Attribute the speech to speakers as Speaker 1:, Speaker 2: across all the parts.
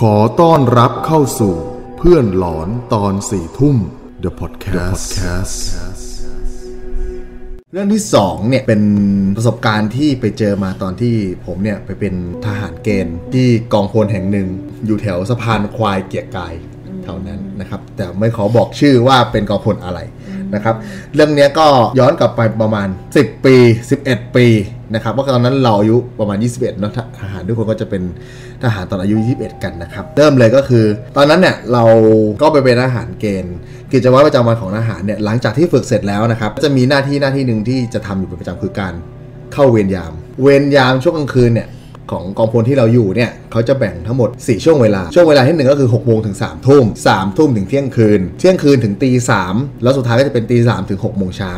Speaker 1: ขอต้อนรับเข้าสู่เพื่อนหลอนตอนสี่ทุ่ม The Podcast, The Podcast.
Speaker 2: เรื่องที่สองเนี่ยเป็นประสบการณ์ที่ไปเจอมาตอนที่ผมเนี่ยไปเป็นทหารเกณฑ์ที่กองพลแห่งหนึ่ง อยู่แถวสะพานควายเกียรติกายเท่านั้นนะครับ แต่ไม่ขอบอกชื่อว่าเป็นกองพลอะไรนะครับ เรื่องเนี้ยก็ย้อนกลับไปประมาณ 10 ปี 11 ปีนะครับว่าะตอนนั้นเราอายุประมาณ 21เนอะทหารทุกคนก็จะเป็นทหารตอนอายุ 21 กันนะครับเริ่มเลยก็คือ ตอนนั้นเนี่ยเราก็ไปเป็นทหารเกณฑ์ กิจวัตรประจำวันของทหารเนี่ยหลังจากที่ฝึกเสร็จแล้วนะครับจะมีหน้าที่หน้าที่หนึ่งที่จะทำอยู่เป็นประจำคือการเข้าเวรยาม เวรยามช่วงกลางคืนเนี่ยของกองพลที่เราอยู่เนี่ยเขาจะแบ่งทั้งหมด 4 ช่วงเวลา ช่วงเวลาที่หนึ่งก็คือ6กโมงถึง3ามทุ่มสามทุ่มถึงเที่ยงคืน เที่ยงคืนถึงตีสามแล้วสุดท้ายก็จะเป็นตีสามถึง6กโมงเช้า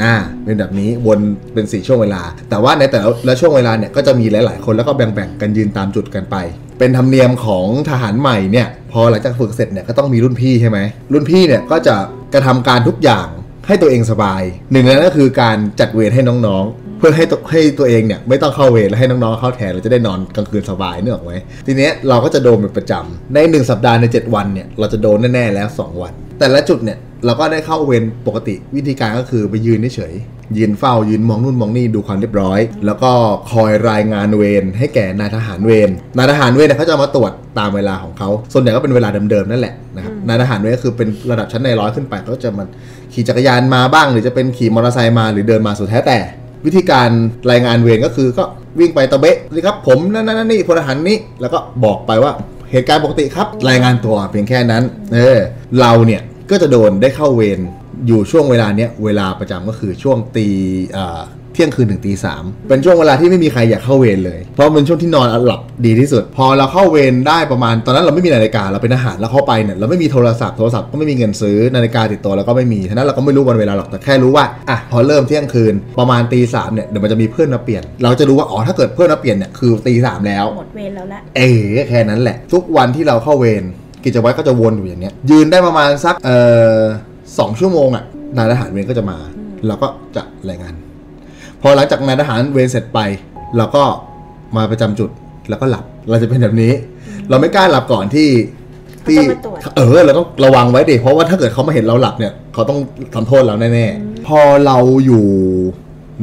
Speaker 2: อ่าเป็นแบบนี้วนเป็น 4 ช่วงเวลา แต่ว่าในแต่ละละช่วงเวลาเนี่ยก็จะมีหลาย ๆ คนแล้วก็แบ่งๆกันยืนตามจุดกันไป เป็นธรรมเนียมของทหารใหม่เนี่ยพอหลังจากฝึกเสร็จเนี่ยก็ต้องมีรุ่นพี่ใช่ไหมรุ่นพี่เนี่ยก็จะกระทำการทุกอย่างให้ตัวเองสบายหนึ่งในนั้นก็คือการจัดเวรให้น้องๆ เพื่อให้ตัวให้ตัวเองเนี่ยไม่ต้องเข้าเวรแล้วให้น้องๆเข้าแทนเราจะได้นอนกลางคืนสบายเนื้ออกไหมทีเนี้ยเราก็จะโดนเป็นประจำในหนึ่งสัปดาห์ใน 7 วันเนี่ยเราจะโดนแน่ๆแล้ว 2 วัน แต่ละจุดเนี่ยเราก็ได้เข้าเวรปกติวิธีการก็คือไปยืนเฉยๆยืนเฝ้ายืนมองนู่นมองนี่ดูความเรียบร้อย แล้วก็คอยรายงานเวรให้แก่นายทหารเวรนายทหารเวรเนี่ยเขาจะมาตรวจตามเวลาของเขาส่วนใหญ่ก็เป็นเวลาเดิมๆนั่นแหละนะครับนายทหารเวรก็คือเป็นระดับชั้นในร้อยขึ้นไปเขาจะมา ขี่จักรยานมาบ้างหรือจะเป็นขี่มอเตอร์ไซค์มาหรือเดินมาสุดแท้แต่ วิธีการรายงานเวรก็คือก็วิ่งไปตะเบะนี่ครับผมนั่นนั่นนี่พลทหารนี่แล้วก็บอกไปว่าเหตุการณ์ปกติครับรายงานตัวเพียงแค่นั้นเออเราเนี่ยก็จะโดนได้เข้าเวรอยู่ช่วงเวลาเนี้ยเวลาประจำก็คือช่วงตีเอ่อเที่ยงคืนถึงตีสามเป็นช่วงเวลาที่ไม่มีใครอยากเข้าเวรเลย เพราะเป็นช่วงที่นอนหลับดีที่สุด พอเราเข้าเวรได้ประมาณตอนนั้นเราไม่มีนาฬิกาเราเป็นอาหารเราเข้าไปเนี่ยเราไม่มีโทรศัพท์โทรศัพท์ก็ไม่มีเงินซื้อนาฬิกาติดตัวเราก็ไม่มีฉะนั้นเราก็ไม่รู้วันเวลาหรอกแต่แค่รู้ว่าอ่ะพอเริ่มเที่ยงคืนประมาณตีสามเนี่ยเดี๋ยวมันจะมีเพื่อนมาเปลี่ยน เราจะรู้ว่าอ๋อถ้าเกิดเพื่อนมาเปลี่ยนเนี่ยคือตีสามแล้ว
Speaker 3: หมดเวรแล้วละ
Speaker 2: เออแค่นั้นแหละ ทุกวันที่เราเข้าเวรกิจวัตรก็จะวนอยู่อย่างเนี้ย ยืนได้ประมาณสักเอ่อสองชั่วโมงอะ่ะนายทหารเวรก็จะมา เราก็จะรายงาน พอหลังจากนายทหารเวรเสร็จไป เราก็มาประจำจุดแล้วก็หลับเราจะเป็นแบบนี้ เราไม่กล้าหลับก่อนที่ที่
Speaker 3: เขาจะมาตรวจ
Speaker 2: เออเราต้องระวังไว้ดิเพราะว่าถ้าเกิดเขามาเห็นเราหลับเนี่ยเขาต้องทำโทษเราแน่ๆพอเราอยู่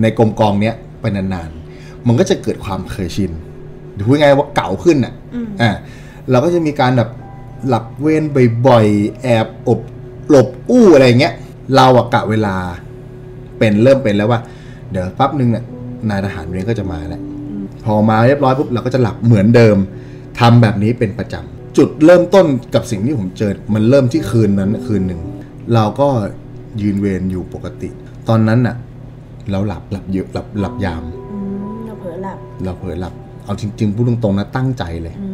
Speaker 2: ในกรมกองเนี้ยไปนานๆมันก็จะเกิดความเคยชิน หรือพูดง่ายๆว่าเก่าขึ้นอ่ะ
Speaker 3: อืม
Speaker 2: อ่า เราก็จะมีการแบบหลับเว้นบ่อยๆ แอบอบหลบอู้อะไรอย่างเงี้ย เราอะกะเวลาเป็นเริ่มเป็นแล้วว่า เดี๋ยวแปั๊บนึงเนี่ยนายทหารเวรก็จะมาแล้ว พอมาเรียบร้อยปุ๊บเราก็จะหลับเหมือนเดิมทำแบบนี้เป็นประจำจุดเริ่มต้นกับสิ่งที่ผมเจอ มันเริ่มที่คืนนั้นคืนหนึ่งเราก็ยืนเวรอยู่ปกติ ตอนนั้นน่ะ เราหลับหลับเยอะหลับหลับยาม
Speaker 3: อืมเราเผลอหลับ
Speaker 2: เราเผลอหลับเอาจริงๆพูดตรงๆนะตั้งใจเลย
Speaker 3: อืม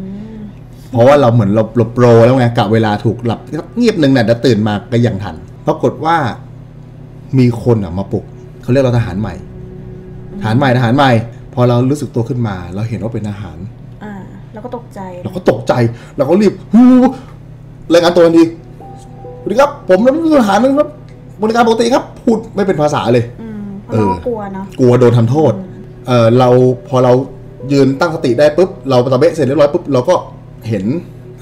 Speaker 2: เพราะว่าเราเหมือนเราเราโปรแล้วไงกะเวลาถูกหลับเงียบหนึ่งเนี่ยจะตื่นมาก็ยังทันปรากฏว่ามีคนอ่ะมาปลุกเขาเรียกเราทหารใหม่ทหารใหม่ทหารใหม่ พอเรารู้สึกตัวขึ้นมา เราเห็นว่าเป็นทหาร
Speaker 3: อ่าเราก็ตกใจ
Speaker 2: เราก็ตกใจเราก็รีบฮู้รายงานตัวทันทีสวัสดีครับ ผมรับทหารนะครับบริการปกติครับ พูดไม่เป็นภาษาเลย
Speaker 3: อืมเพราะเรา
Speaker 2: เออ
Speaker 3: ก็กลัวเนาะ
Speaker 2: กลัวโดนทำโทษ เออเราพอเรายืนตั้งสติได้ปุ๊บ เราตะเบะเสร็จเรียบร้อยปุ๊บเราก็เห็น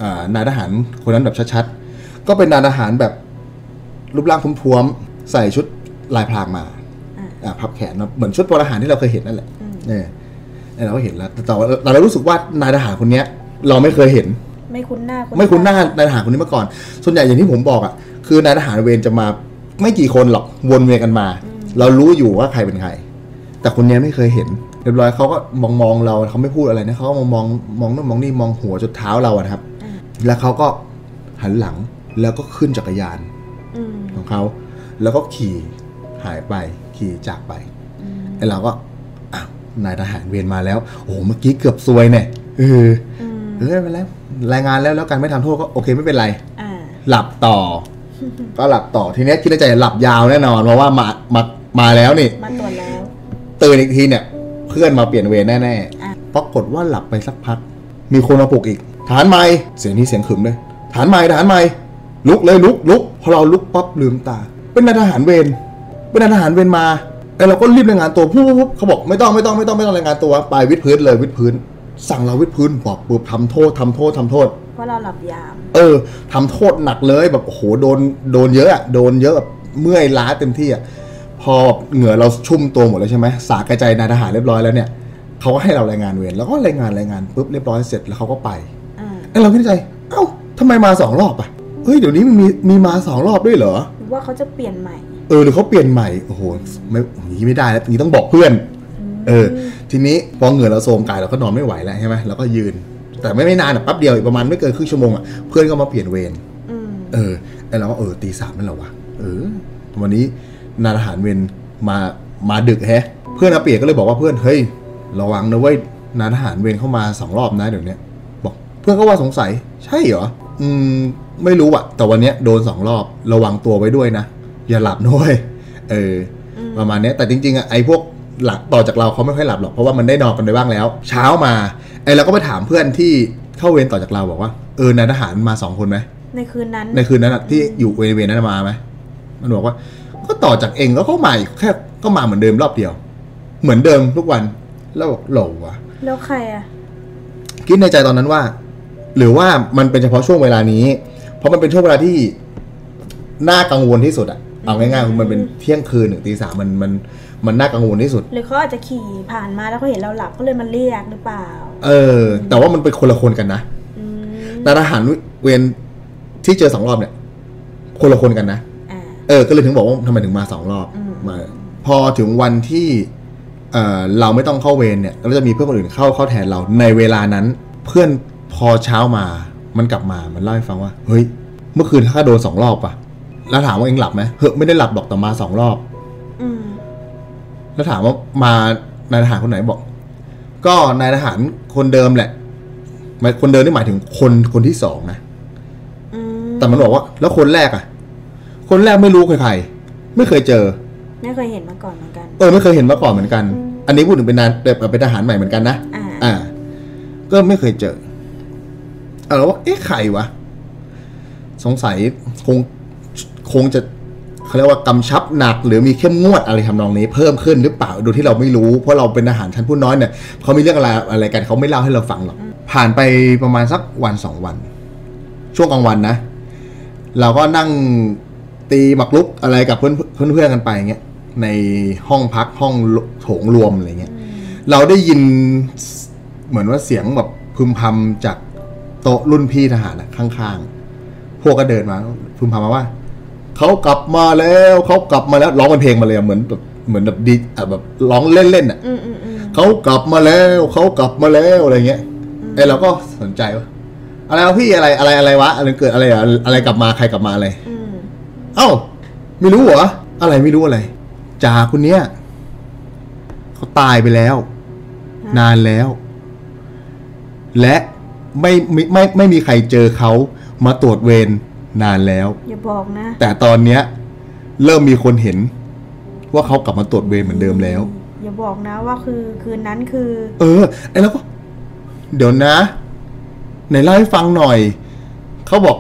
Speaker 2: อ่านายทหารคนนั้นแบบชัดๆ ก็เป็นนายทหารแบบรูปร่างท้วมๆ ใส่ชุดลายพรางมา
Speaker 3: อ่า
Speaker 2: อ่าพับแขนเนอะเหมือนชุดพลทหารที่เราเคยเห็นนั่นแหละ
Speaker 3: อืม
Speaker 2: เนี่ยเนี่ยเราก็เห็นแล้ว แต่ว่าเราเรารู้สึกว่านายทหารคนเนี้ย เราไม่เคยเห็น
Speaker 3: ไม่คุ้นหน้า
Speaker 2: ไม่คุ้นหน้านายทหารคนนี้มาก่อน ส่วนใหญ่อย่างที่ผมบอกอ่ะ คือนายทหารเวรจะมาไม่กี่คนหรอก วนเวียนกันมา เรารู้อยู่ว่าใครเป็นใคร แต่คนเนี้ยไม่เคยเห็น เรียบร้อยเขาก็มองมองๆเราเขาไม่พูดอะไรนะเขาก็มองมองมองนู่นมองนี่มองหัวจนเท้าเราอะนะครับ แล้วเขาก็หันหลังแล้วก็ขึ้นจักรยาน
Speaker 3: อืม
Speaker 2: ของเขา แล้วก็ขี่หายไปขี่จากไป
Speaker 3: อืม
Speaker 2: ไอ้เราก็อ้าวนายทหารเวรมาแล้ว โอ้โหเมื่อกี้เกือบซวยเนี่ยเออ
Speaker 3: อืม
Speaker 2: เออไม่เป็นไรรายงานแล้วแล้วการไม่ทำโทษก็โอเคไม่เป็นไร
Speaker 3: อ่า
Speaker 2: หลับ ต่อ ก็หลับต่อทีเนี้ยคิดในใจหลับยาวแน่นอนเพราะว่ามามามาแล้วนี่
Speaker 3: มาตรวจแล้ว
Speaker 2: ตื่นอีกทีเนี่ย เพื่อนมาเปลี่ยนเวรแน่
Speaker 3: อ่ะ
Speaker 2: ๆปรากฏว่าหลับไปสักพัก มีคนมาปลุกอีก ฐานใหม่เสียงนี้เสียงขึมเลยฐานใหม่ฐานใหม่ลุกเลยลุกลุกพอเราลุกปั๊บลืมตา เป็นนายทหารเวรเป็นนายทหารเวรมาไอเราก็รีบรายงานตัวปุ๊บปุ๊บปุ๊บเขาบอกไม่ต้องไม่ต้องไม่ต้องไม่ต้องรายงานตัวไปวิดพื้นเลยวิดพื้น สั่งเราวิดพื้นบอกปุ๊บทำโทษทำโทษทำโทษ
Speaker 3: เพราะเราหลับยาม
Speaker 2: เออทำโทษหนักเลยแบบโอ้โหโดนโดนเยอะอะโดนเยอะแบบเมื่อยล้าเต็มที่อะพอเหงื่อเราชุ่มตัวหมดแล้วใช่ไหมสากระจายนายทหารเรียบร้อยแล้วเนี่ยเขาก็ให้เรารายงานเวรแล้วก็รายงานรายงานปุ๊บเรียบร้อยเสร็จแล้วเขาก็ไป
Speaker 3: อ่า
Speaker 2: ไอ้เราคิดในใจ เอ้าทำไมมาสองรอบอะเฮ้ยเดี๋ยวนี้มันมีมีมาสองรอบด้วยเหรอ
Speaker 3: หรือว่าเขาจะเปลี่ยนใหม่
Speaker 2: เออหรือเขาเปลี่ยนใหม่โอ้โหไม่อย่างนี้ไม่ได้แล้วอย่างนี้ต้องบอกเพื่อน เออ ทีนี้พอเหงื่อเราโทรมกายเราก็นอนไม่ไหวแล้วใช่ไหมเราก็ยืน แต่ไม่ไม่นานอะแป๊บเดียวอีกประมาณไม่เกินครึ่งชั่วโมงอ่ะเพื่อนก็มาเปลี่ยนเวร
Speaker 3: อืม
Speaker 2: เออไอเราก็เออตีสามนั่นเหรอวะเออ วันนี้นายทหารเวรมามาดึกแฮะ เพื่อนอาเปียกก็เลยบอกว่าเพื่อนเฮ้ยระวังนะเว้ยนายทหารเวรเข้ามาสองรอบนะเดี๋ยวเนี้ยบอกเพื่อนก็ว่าสงสัย ใช่เหรออืมไม่รู้อะแต่วันเนี้ยโดนสองรอบระวังตัวไว้ด้วยนะอย่าหลับนะเว้ยเออ
Speaker 3: อืม
Speaker 2: ประมาณเนี้ยแต่จริงๆอะไอ้พวกหลักต่อจากเราเขาไม่ค่อยหลับหรอกเพราะว่ามันได้นอนกันไปบ้างแล้ว เช้ามาไอ้เราก็ไปถามเพื่อนที่เข้าเวรต่อจากเราบอกว่าเออนายทหารมาสองคนไหม
Speaker 3: ในคืนนั้น
Speaker 2: ในคืนนั้นอะที่อยู่เวรเวรนั้นมาไหมมันบอกว่า ก็ต่อจากเองก็เข้ามาอีกแค่ก็มาเหมือนเดิมรอบเดียว เหมือนเดิมทุกวันแล้วบอกเหลวะ
Speaker 3: แล้วใครอ่ะ
Speaker 2: คิดในใจตอนนั้นว่า หรือว่ามันเป็นเฉพาะช่วงเวลานี้ เพราะมันเป็นช่วงเวลาที่น่ากังวลที่สุดอะเอาง่ายๆคือมันเป็นเที่ยงคืนถึงตีสามมันมันมันน่ากังวลที่สุด
Speaker 3: หรือเขาอาจจะขี่ผ่านมาแล้วเขาเห็นเราหลับก็เลยมาเรียกหรือเปล่า
Speaker 2: เออ แต่ว่ามันเป็นคนละคนกันนะ
Speaker 3: อืม
Speaker 2: นายทหารเวรที่เจอสองรอบเนี่ย คนละคนกันนะ
Speaker 3: อ่า
Speaker 2: เออ ก็เลยถึงบอกว่าทำไมถึงมาสองรอบ
Speaker 3: อืม
Speaker 2: มาพอถึงวันที่เออเราไม่ต้องเข้าเวรเนี่ยเราจะมีเพื่อนคนอื่นเข้าเข้าแทนเราในเวลานั้น เพื่อนพอเช้ามา มันกลับมามันเล่าให้ฟังว่า เฮ้ย เมื่อคืนข้าโดนสองรอบป่ะ แล้วถามว่าเองหลับไหมเฮ้ยไม่ได้หลับหรอกแต่มาสองรอบ
Speaker 3: อืม
Speaker 2: แล้วถามว่ามานายทหารคนไหนบอก ก็นายทหารคนเดิมแหละหมายคนเดิมนี่หมายถึงคนคนที่สองนะ
Speaker 3: อืม
Speaker 2: แต่มันบอกว่า แล้วคนแรกอะคนแรกไม่รู้ใครใครๆไม่เคยเจอ
Speaker 3: ไม่เคยเห็นมาก่อนเหมือนกัน
Speaker 2: เออไม่เคยเห็นมาก่อนเหมือนกัน อันนี้พูดถึงเป็นนายเอ่อเป็นทหารใหม่เหมือนกันนะ
Speaker 3: อ่า
Speaker 2: อ่า ก็ไม่เคยเจอเอาแล้วว่าเอ๊ะใครวะสงสัยคงคงจะเขาเรียกว่ากำชับหนัก หรือมีเข้มงวดอะไรทำนองนี้เพิ่มขึ้นหรือเปล่าโดยที่เราไม่รู้ เพราะเราเป็นอาหารชั้นผู้น้อยเนี่ยเขามีเรื่องอะไรอะไรกันเขาไม่เล่าให้เราฟังหรอกผ่านไปประมาณสักวันสองวัน ช่วงกลางวันนะ เราก็นั่งตีหมักลุกอะไรกับเพื่อนเพื่อนเพื่อนกันไปอย่างเงี้ยในห้องพักห้องโถงรวมอะไรเงี้ย เราได้ยินเหมือนว่าเสียงแบบพึมพำจากโต๊ะรุ่นพี่ทหารอะข้างๆ พวกก็เดินมาพึมพำมาว่าเขากลับมาแล้วเขากลับมาแล้วร้องเป็นเพลงมาเลยอะเหมือนแบบเหมือนแบบดีอ่ะแบบร้องเล่นๆอ่ะ
Speaker 3: อืมอืมอืม
Speaker 2: เขากลับมาแล้วเขากลับมาแล้วอะไรเงี้ยไอ้เราก็สนใจว่าอะไรวะพี่อะไรอะไรอะไรวะอะไรเกิดอะไรอะอะไรกลับมาใครกลับมาอะไร
Speaker 3: อืม
Speaker 2: เอ้าไม่รู้เหรออะไรไม่รู้อะไรจ่าคนเนี้ยเขาตายไปแล้ว นานแล้ว และไม่ไม่ไมไม่ไม่มีใครเจอเขามาตรวจเวรนานแล้ว
Speaker 3: อย่าบอกนะ
Speaker 2: แต่ตอนเนี้ย เริ่มมีคนเห็น ว่าเขากลับมาตรวจเวรเหมือนเดิมแล้ว
Speaker 3: อย่าบอกนะว่าคือคืนนั้นคือ
Speaker 2: เออไอ้แล้วก็ เดี๋ยวนะไหนเล่าให้ฟังหน่อยเขาบอก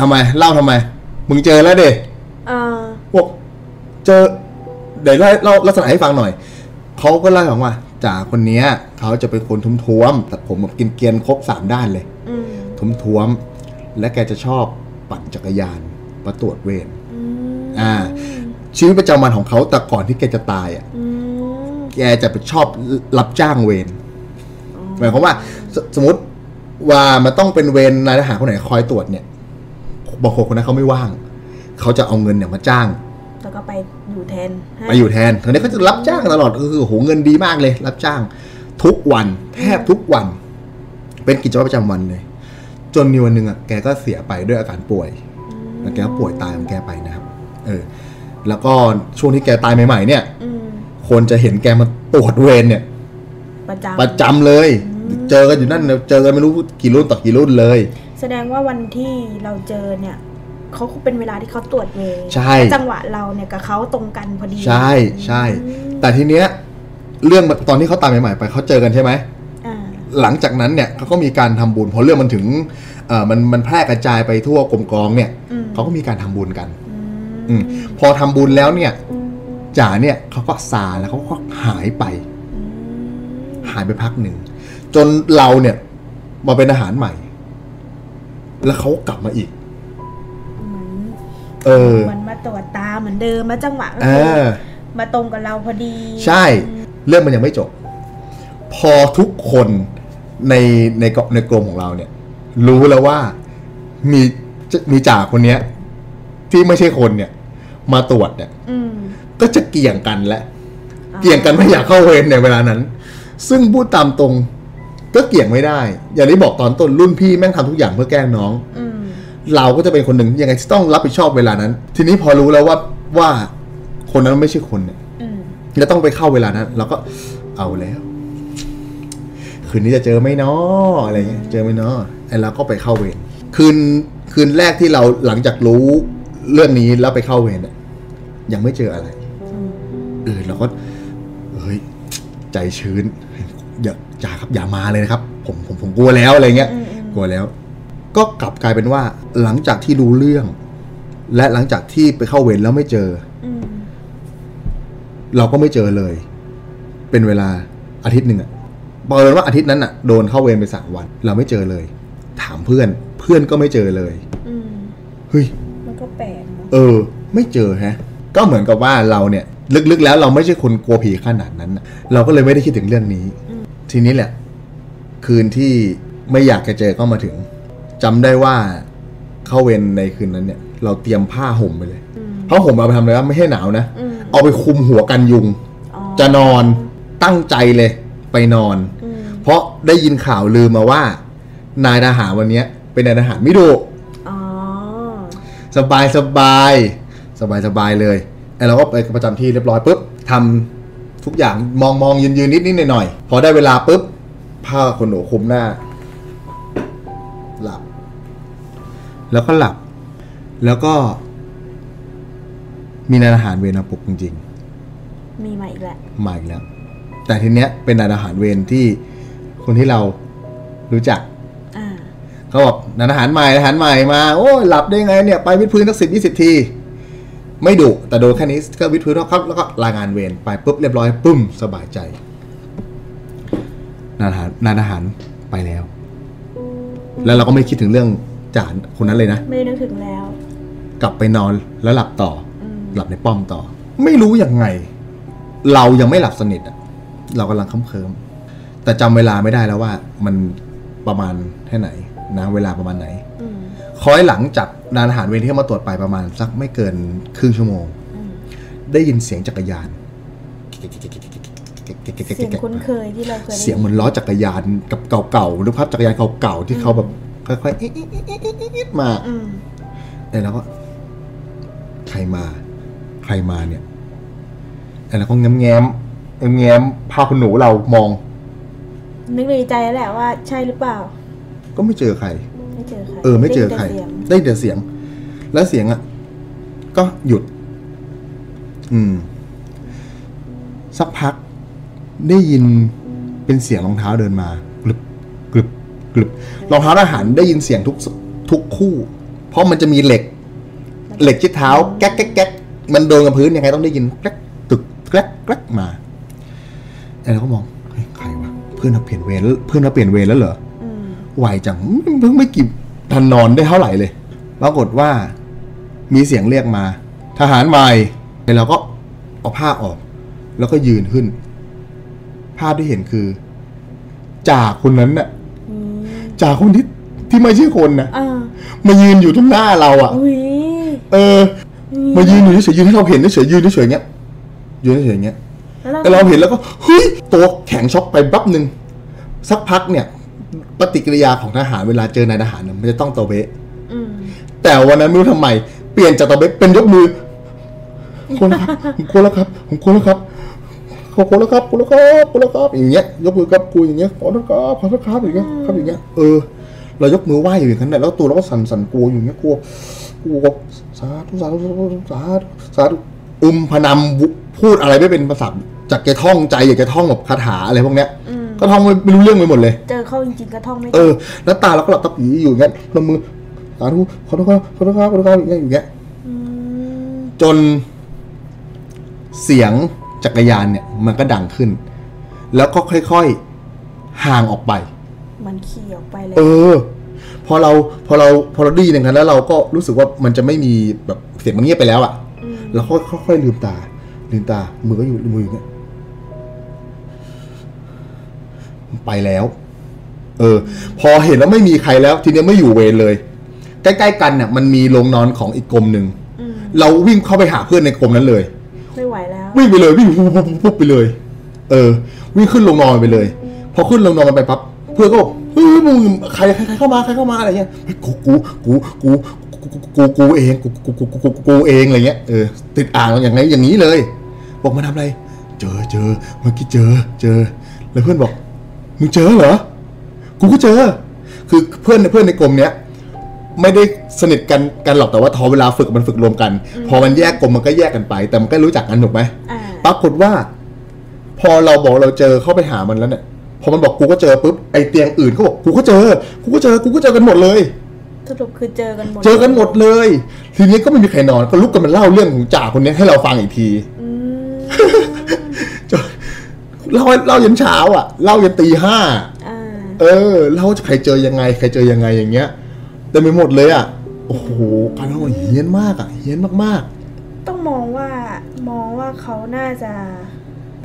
Speaker 2: ทำไมเล่าทำไมมึงเจอแล้วเด็
Speaker 3: เออ
Speaker 2: บอกเจอเดี๋ยวเล่าเล่าลักษณะให้ฟังหน่อย เขาก็เล่าให้ฟังว่าจ่าคนเนี้ยเขาจะเป็นคนทุ้มๆแต่ผมแบบกินเกรียนครบสามด้านเลย
Speaker 3: อืม
Speaker 2: ทุ้มๆและแกจะชอบปั่นจักรยานมาตรวจเวร
Speaker 3: อืม
Speaker 2: อ่า ชีวิตประจำวันของเขาแต่ก่อนที่แกจะตายอ่ะ
Speaker 3: อืม
Speaker 2: แกจะไปชอบรับจ้างเวรหมายความว่าสสมมติว่ามันต้องเป็นเวรนายทหารคนไหนคอยตรวจเนี่ยบางคนคนนั้นเขาไม่ว่าง เขาจะเอาเงินเนี่ยมาจ้าง
Speaker 3: แล้วก็ไปอยู่แทนให้
Speaker 2: ไปอยู่แทนทีนี้ก็จะรับจ้างตลอดก็คือโอ้โหเงินดีมากเลย รับจ้าง ทุกวันแทบทุกวัน เป็นกิจวัตรประจำวันเลย จนมีวันหนึ่งอ่ะแกก็เสียไปด้วยอาการป่วย แล้วแกก็ป่วยตายของแกไปนะครับ เออ แล้วก็ช่วงที่แกตายใหม่ๆเนี่ย
Speaker 3: อืม
Speaker 2: คนจะเห็นแกมาตรวจเวรเนี่ย
Speaker 3: ประจำ
Speaker 2: ประจำเลย เจอกันอยู่นั่นเจอกันไม่รู้กี่รุ่นต่อกี่รุ่นเลย
Speaker 3: แสดงว่าวันที่เราเจอเนี่ยเขาก็เป็นเวลาที่เขาตรวจเวร
Speaker 2: ใช่
Speaker 3: และจังหวะเราเนี่ยกับเขาตรงกันพอดี
Speaker 2: ใช่ใช่ แต่ทีเนี้ย เรื่องมันตอนที่เขาตายใหม่ๆไปเขาเจอกันใช่ไหม
Speaker 3: อ่า
Speaker 2: หลังจากนั้นเนี่ยเขาก็มีการทำบุญพอเรื่องมันถึงเอ่อมันมันแพร่กระจายไปทั่วกรมกองเนี่ย
Speaker 3: อืม
Speaker 2: เขาก็มีการทำบุญกัน
Speaker 3: อืม
Speaker 2: อมพอทำบุญแล้วเนี่ยจ๋าเนี่ยเขาก็ซาแล้วเขาก็หายไป
Speaker 3: อืม
Speaker 2: หายไปพักหนึ่ง จนเราเนี่ยมาเป็นอาหารใหม่ แล้วเขากลับมาอีก
Speaker 3: เหมือน
Speaker 2: เออ
Speaker 3: เหมือนมาตรวจตาเหมือนเดิมมาจังหวะก็
Speaker 2: อ่
Speaker 3: คือา มาตรงกับเราพอดี
Speaker 2: ใช่ เรื่องมันยังไม่จบ พอทุกคนในในเกาะในกรมของเราเนี่ย รู้แล้วว่ามีมีจ่าคนเนี้ย ที่ไม่ใช่คนเนี่ย มาตรวจเนี่ย
Speaker 3: อืม
Speaker 2: ก็จะเกี่ยงกันและ
Speaker 3: อ๋อ
Speaker 2: เกี่ยงกันไม่อยากเข้าเวรในเวลานั้น ซึ่งพูดตามตรง ก็เกี่ยงไม่ได้ อย่างที่บอกตอนต้นรุ่นพี่แม่งทำทุกอย่างเพื่อแกล้งน้อง
Speaker 3: อืม
Speaker 2: เราก็จะเป็นคนหนึ่งยังไงที่ต้องรับผิดชอบเวลานั้น ทีนี้พอรู้แล้วว่าว่าคนนั้นไม่ใช่คนเนี่ย
Speaker 3: อืม
Speaker 2: แล้วต้องไปเข้าเวลานั้นเราก็เอาแล้ว คืนนี้จะเจอไหมเนาะอะไรเงี้ยเจอไหมเนาะไอ้เราก็ไปเข้าเวรคืนคืนแรกที่เราหลังจากรู้เรื่องนี้แล้วไปเข้าเวรเนี่ยยังไม่เจออะไรเออเราก็เฮ้ยใจชื้นอย่าจ่าครับอย่ามาเลยนะครับ ผมผมผมกลัวแล้วอะไรเงี้ย
Speaker 3: อืมอืม
Speaker 2: กลัวแล้ว ก็กลับกลายเป็นว่า หลังจากที่รู้เรื่อง และหลังจากที่ไปเข้าเวรแล้วไม่เจอ
Speaker 3: อืม
Speaker 2: เราก็ไม่เจอเลย เป็นเวลาอาทิตย์หนึ่งอะบอกเลยว่าอาทิตย์นั้นอะโดนเข้าเวรไปสามวัน เราไม่เจอเลย ถามเพื่อน เพื่อนก็ไม่เจอเลย
Speaker 3: อืม
Speaker 2: เฮ้ย
Speaker 3: มันก็แปลกเนอะ
Speaker 2: เออ ไม่เจอฮะ ก็เหมือนกับว่าเราเนี่ย ลึกๆ แล้วเราไม่ใช่คนกลัวผีขนาดนั้นน่ะเราก็เลยไม่ได้คิดถึงเรื่องนี้ ทีนี้แหละ คืนที่ไม่อยากจะเจอก็มาถึงจำได้ว่าเข้าเวรในคืนนั้นเนี่ย เราเตรียมผ้าห่มไปเลย
Speaker 3: อืม
Speaker 2: ผ้าห่มเอาไปทำอะไรวะไม่ให้หนาวนะ
Speaker 3: อืม
Speaker 2: เอาไปคลุมหัวกันยุง
Speaker 3: อ๋อ
Speaker 2: จะนอนตั้งใจเลยไปนอน
Speaker 3: อืม
Speaker 2: เพราะได้ยินข่าวลือมาว่า นายทหารวันเนี้ย เป็นนายทหารไม่ดุ
Speaker 3: อ๋อ
Speaker 2: สบายสบายสบายสบายเลยไอ้เราก็ไปประจำที่เรียบร้อยปุ๊บทำทุกอย่างมองมองยืนยืนนิดนิดหน่อยหน่อยพอได้เวลาปุ๊บผ้าขนหนูคลุมหน้า หลับ แล้วก็หลับ แล้วก็ มีนายทหารเวรมาปลุกจริง
Speaker 3: มีมาอีกแหละ
Speaker 2: ๆ มาอีกแล้ว แต่ทีเนี้ยเป็นนายทหารเวรที่คนที่เรารู้จัก
Speaker 3: อ่า
Speaker 2: เขาบอกนันอาหารใหม่อาหารใหม่มา โอ้ยหลับได้ไงเนี่ย ไปวิดพื้นสักสิบยี่สิบที ไม่ดุแต่โดนแค่นี้ก็วิดพื้นแล้วครับ แล้วก็ลางานเวรไปปุ๊บเรียบร้อยปุ้มสบายใจนานอาหารนานอาหารไปแล้ว แล้วเราก็ไม่คิดถึงเรื่องจานคนนั้นเลยนะ
Speaker 3: ไม่ได้นึกถึงแล้ว
Speaker 2: กลับไปนอนแล้วหลับต่อ
Speaker 3: อืม
Speaker 2: หลับในป้อมต่อ ไม่รู้ยังไง เรายังไม่หลับสนิทอะเรากำลังค้ำเคิมแต่จำเวลาไม่ได้แล้วว่า มันประมาณแค่ไหนนะเวลาประมาณไหน
Speaker 3: อืม
Speaker 2: คอยหลังจากนานอาหารเวรที่เข้ามาตรวจไปประมาณสักไม่เกินครึ่งชั่วโมง
Speaker 3: อืม
Speaker 2: ได้ยินเสียงจักรยาน
Speaker 3: เสียงคุ้นเคยที่เราเคยได้
Speaker 2: เสียงเหมือนล้อจักรยานกับเก่าๆหรือภาพจักรยานเก่าๆที่เขาแบบค่อยๆเอ๊ะเอ๊ะเอ๊ะเอ๊ะเอ๊ะเอ๊ะเอ๊ะมา
Speaker 3: อืม
Speaker 2: แล้วเราก็ใครมา ใครมาเนี่ยแล้วก็แง้มแง้มๆแง้มๆพาคุณหนูเรามอง
Speaker 3: นึกในใจแล้วแหละว่าใช่หรือเปล่า
Speaker 2: ก็ไม่เจอใคร
Speaker 3: ไม่เจอใคร
Speaker 2: เออไม่เจอใคร
Speaker 3: ด้ยิน
Speaker 2: ได้
Speaker 3: แต่เสียง
Speaker 2: แต่เสียง แล้วเสียงอ่ะ ก็หยุด อืม สักพัก ได้ยินเป็นเสียงรองเท้าเดินมากรึบกรึบกรึบรองเท้าทหารได้ยินเสียงทุกทุกคู่ เพราะมันจะมีเหล็ก เหล็กที่เท้าแก๊กแก๊กแก๊กมันโดนกับพื้นยังไงต้องได้ยินแก๊กตึกแก๊กแก๊กมาไอ้เราก็มองเฮ้ยใครวะเพื่อนเราเปลี่ยนเวรแล้วเพื่อนเราเปลี่ยนเวรแล้วเหรอ
Speaker 3: อืม
Speaker 2: ไวจังเพิ่งไม่กี่ทันนอนได้เท่าไหร่เลยปรากฏว่า มีเสียงเรียกมา ทหารใหม่แล้วเราก็เอาผ้าออก แล้วก็ยืนขึ้น ภาพที่เห็นคือ จากคนนั้นน่ะ
Speaker 3: อืม
Speaker 2: จากคนที่ที่ไม่ใช่คนนะ
Speaker 3: อ่า
Speaker 2: มายืนอยู่ตรงหน้าเราอะ่ะ
Speaker 3: อุ้ย
Speaker 2: เออ
Speaker 3: อื
Speaker 2: มายืนอยู่เฉยๆยืนให้เราเห็นเฉยๆยืนเฉยๆเงี้ยยืนเฉยๆเงี้ย
Speaker 3: แล้วเรา
Speaker 2: แต่เราเห็นแล้วก็เฮ้ยตัวแข็งช็อกไปแป๊บหนึ่งสักพักเนี่ย ปฏิกิริยาของทหารเวลาเจอนายทหารเนี่ยมันจะต้องตะเวะ
Speaker 3: อืม
Speaker 2: แต่วันนั้นไม่รู้ทำไม เปลี่ยนจากตะเบกเป็นยกมือผมกลัวแล้วครับผมกลัวแล้วครับผมกลัวแล้วครับขอบคุณแล้วครับขอบคุณแล้วครับขอบคุณแล้วครับอย่างเงี้ยยกมือกับกูอย่างเงี้ยขอโทษครับขอโทษครับอย่างเงี้ยครับอย่างเงี้ยเออเรายกมือไหว้อยู่อย่างนั้นแหละแล้วตัวเราก็สั่นสั่นกลัวอยู่อย่างเงี้ยกลัวกลัวก็สาธุสาธุสาธุสาธุสาธุอุมพนำวุพูดอะไรไม่เป็นภาษาจากแกท่องใจอยากจะท่องแบบคาถาอะไรพวกเนี้ย
Speaker 3: อืม
Speaker 2: ก็ท่องไม่ไม่รู้เรื่องไปหมดเลย
Speaker 3: เจอเข้าจริงๆก็ท่องไม่
Speaker 2: เอ
Speaker 3: ได้
Speaker 2: อ แล้วตาเราก็หลับตาผีอยู่อย่างเงี้ยลำมือสาธุขอโทษครับขอโทษครับขอโทษครับอย่างเงี้ยอย่างเงี้ย
Speaker 3: ม
Speaker 2: จนเสียงจักรยานเนี่ย มันก็ดังขึ้น แล้วก็ค่อยๆห่างออกไป
Speaker 3: มันขี่ออกไปเลย
Speaker 2: เออ พอเราพอเราพอเราได้ยินอย่างนั้นแล้วเราก็รู้สึกว่ามันจะไม่มีแบบเสียงมันเงียบไปแล้วอะ
Speaker 3: อืม
Speaker 2: เราค่อยค่อยๆลืมตา ลืมตา มือก็อยู่มืออยู่เนี่ยไปแล้ว เออ พอเห็นแล้วไม่มีใครแล้ว ทีเนี้ยไม่อยู่เวรเลย ใกล้ๆกันเนี่ยมันมีโรงนอนของอีกกรมหนึ่ง
Speaker 3: อืม
Speaker 2: เราวิ่งเข้าไปหาเพื่อนในกรมนั้นเลย
Speaker 3: ไม่ไหวแล้ว
Speaker 2: วิ่งไปเลยวิ่งปุ๊บปุ๊บปุ๊บปุ๊บไปเลย เออ วิ่งขึ้นลงนอนไปเลย พอขึ้นลงนอนไปปั๊บเพื่อนก็บอกเฮ้ยมึงใครใครใครเข้ามาใครเข้ามาอะไรเงี้ยเฮ้ยกูกูกูกูกูกูกูกูเองกูกูกูกูกูกูเองอะไรเงี้ยเออติดอ่างอย่างไงอย่างนี้เลย บอกมาทำอะไร เจอเจอเมื่อกี้เจอเจอ แล้วเพื่อนบอกมึงเจอเหรอกูก็เจอ คือเพื่อนเพื่อนในกลุ่มเนี้ย ไม่ได้สนิทกันกันหรอกแต่ว่าทอเวลาฝึกมันฝึกรวมกัน พอมันแยกกลุ่มมันก็แยกกันไป แต่มันก็รู้จักกันถูกไหม
Speaker 3: อ่า
Speaker 2: ปรากฏว่า พอเราบอกเราเจอเข้าไปหามันแล้วเนี่ยพอมันบอกกูก็เจอปุ๊บไอเตียงอื่นก็บอกกูก็เจอกูก็เจอกูก็เจอกันหมดเลย
Speaker 3: สรุปคือเจอกันหมด
Speaker 2: เจอกันหมดเลย ทีนี้ก็ไม่มีใครนอนก็ลุกกันมาเล่าเรื่องของจ่าคนนี้ให้เราฟังอีก ที
Speaker 3: อืม
Speaker 2: จนเล่าเล่ายันเช้าอ่ะเล่ายันตีห้า
Speaker 3: อ่า
Speaker 2: เออเล่าใครเจอยังไง ใครเจอยังไงอย่างเงี้ยเต็ไมไปหมดเลยอ่ะโอ้โหกลารเล่าเฮี้ยนมากอ่ะเฮี้ยนมาก
Speaker 3: ต้องมองว่ามองว่าเขาน่าจะ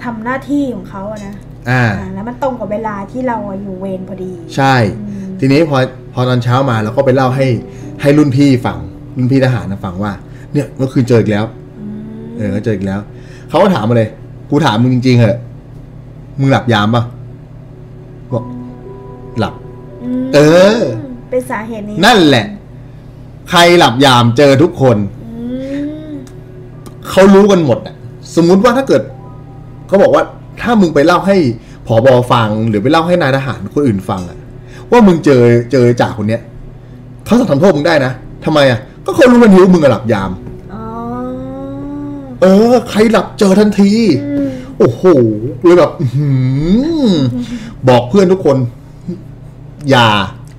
Speaker 3: ทำหน้าที่ของเขาอะนะ
Speaker 2: ๆ อ่า
Speaker 3: อ่าแล้วมันตรงกับเวลาที่เราอะอยู่เวรพอดี
Speaker 2: ใช่ ทีนี้พอพอตอนเช้ามาเราก็ไปเล่าให้ให้รุ่นพี่ฟังรุ่นพี่ทหารนะฟังว่า เนี่ยเมื่อคืนเจออีกแล้ว
Speaker 3: อืม
Speaker 2: เออก็เจออีกแล้ว เขาก็ถามมาเลย กูถามมึงจริงๆเหอะมึงหลับยามปะบอกหลับ
Speaker 3: ม
Speaker 2: เออ
Speaker 3: เป็นสาเหตุนี้
Speaker 2: นั่นแหละ ใครหลับยามเจอทุกคน
Speaker 3: อืม
Speaker 2: เขารู้กันหมดอะสมมุติว่าถ้าเกิดเขาบอกว่าถ้ามึงไปเล่าให้ผอบอฟัง หรือไปเล่าให้นายทหารคนอื่นฟังอะว่ามึงเจอเจอจ่าคนเนี้ยเขาสั่งทำโทษมึงได้นะทำไมอะก็เขารู้มันหิวมึงอะหลับยาม
Speaker 3: อ๋อ
Speaker 2: เออ ใครหลับเจอทันที
Speaker 3: อืม
Speaker 2: โอ้โหเลยแบบอื้อหือบอกเพื่อนทุกคน อย่า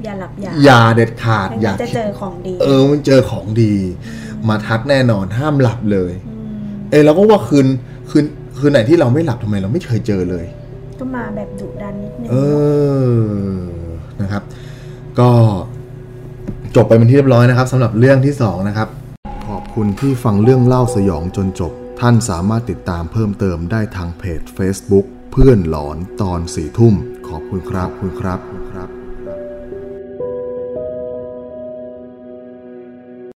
Speaker 3: อย่าหลับอย่า
Speaker 2: อย่าเด็ดขาด
Speaker 3: ไม่
Speaker 2: อ
Speaker 3: งั้
Speaker 2: ย่าน
Speaker 3: จะเจอของดี
Speaker 2: เออมันเจอของดี มาทักแน่นอนห้ามหลับเลย
Speaker 3: ม
Speaker 2: เออเราก็ว่าคืนคืนคืนไหนที่เราไม่หลับทำไมเราไม่เคยเจอเลย
Speaker 3: ก็มาแบบดุดันนิดนึง
Speaker 2: เออนะครับ ก็จบไปเป็นที่เรียบร้อยนะครับสำหรับเรื่องที่สองนะครับ
Speaker 1: ขอบคุณที่ฟังเรื่องเล่าสยองจนจบ ท่านสามารถติดตามเพิ่มเติมได้ทางเพจ Facebook เพื่อนหลอนตอนสี่ทุ่ม ขอบคุณครับคุณครับคุณครับ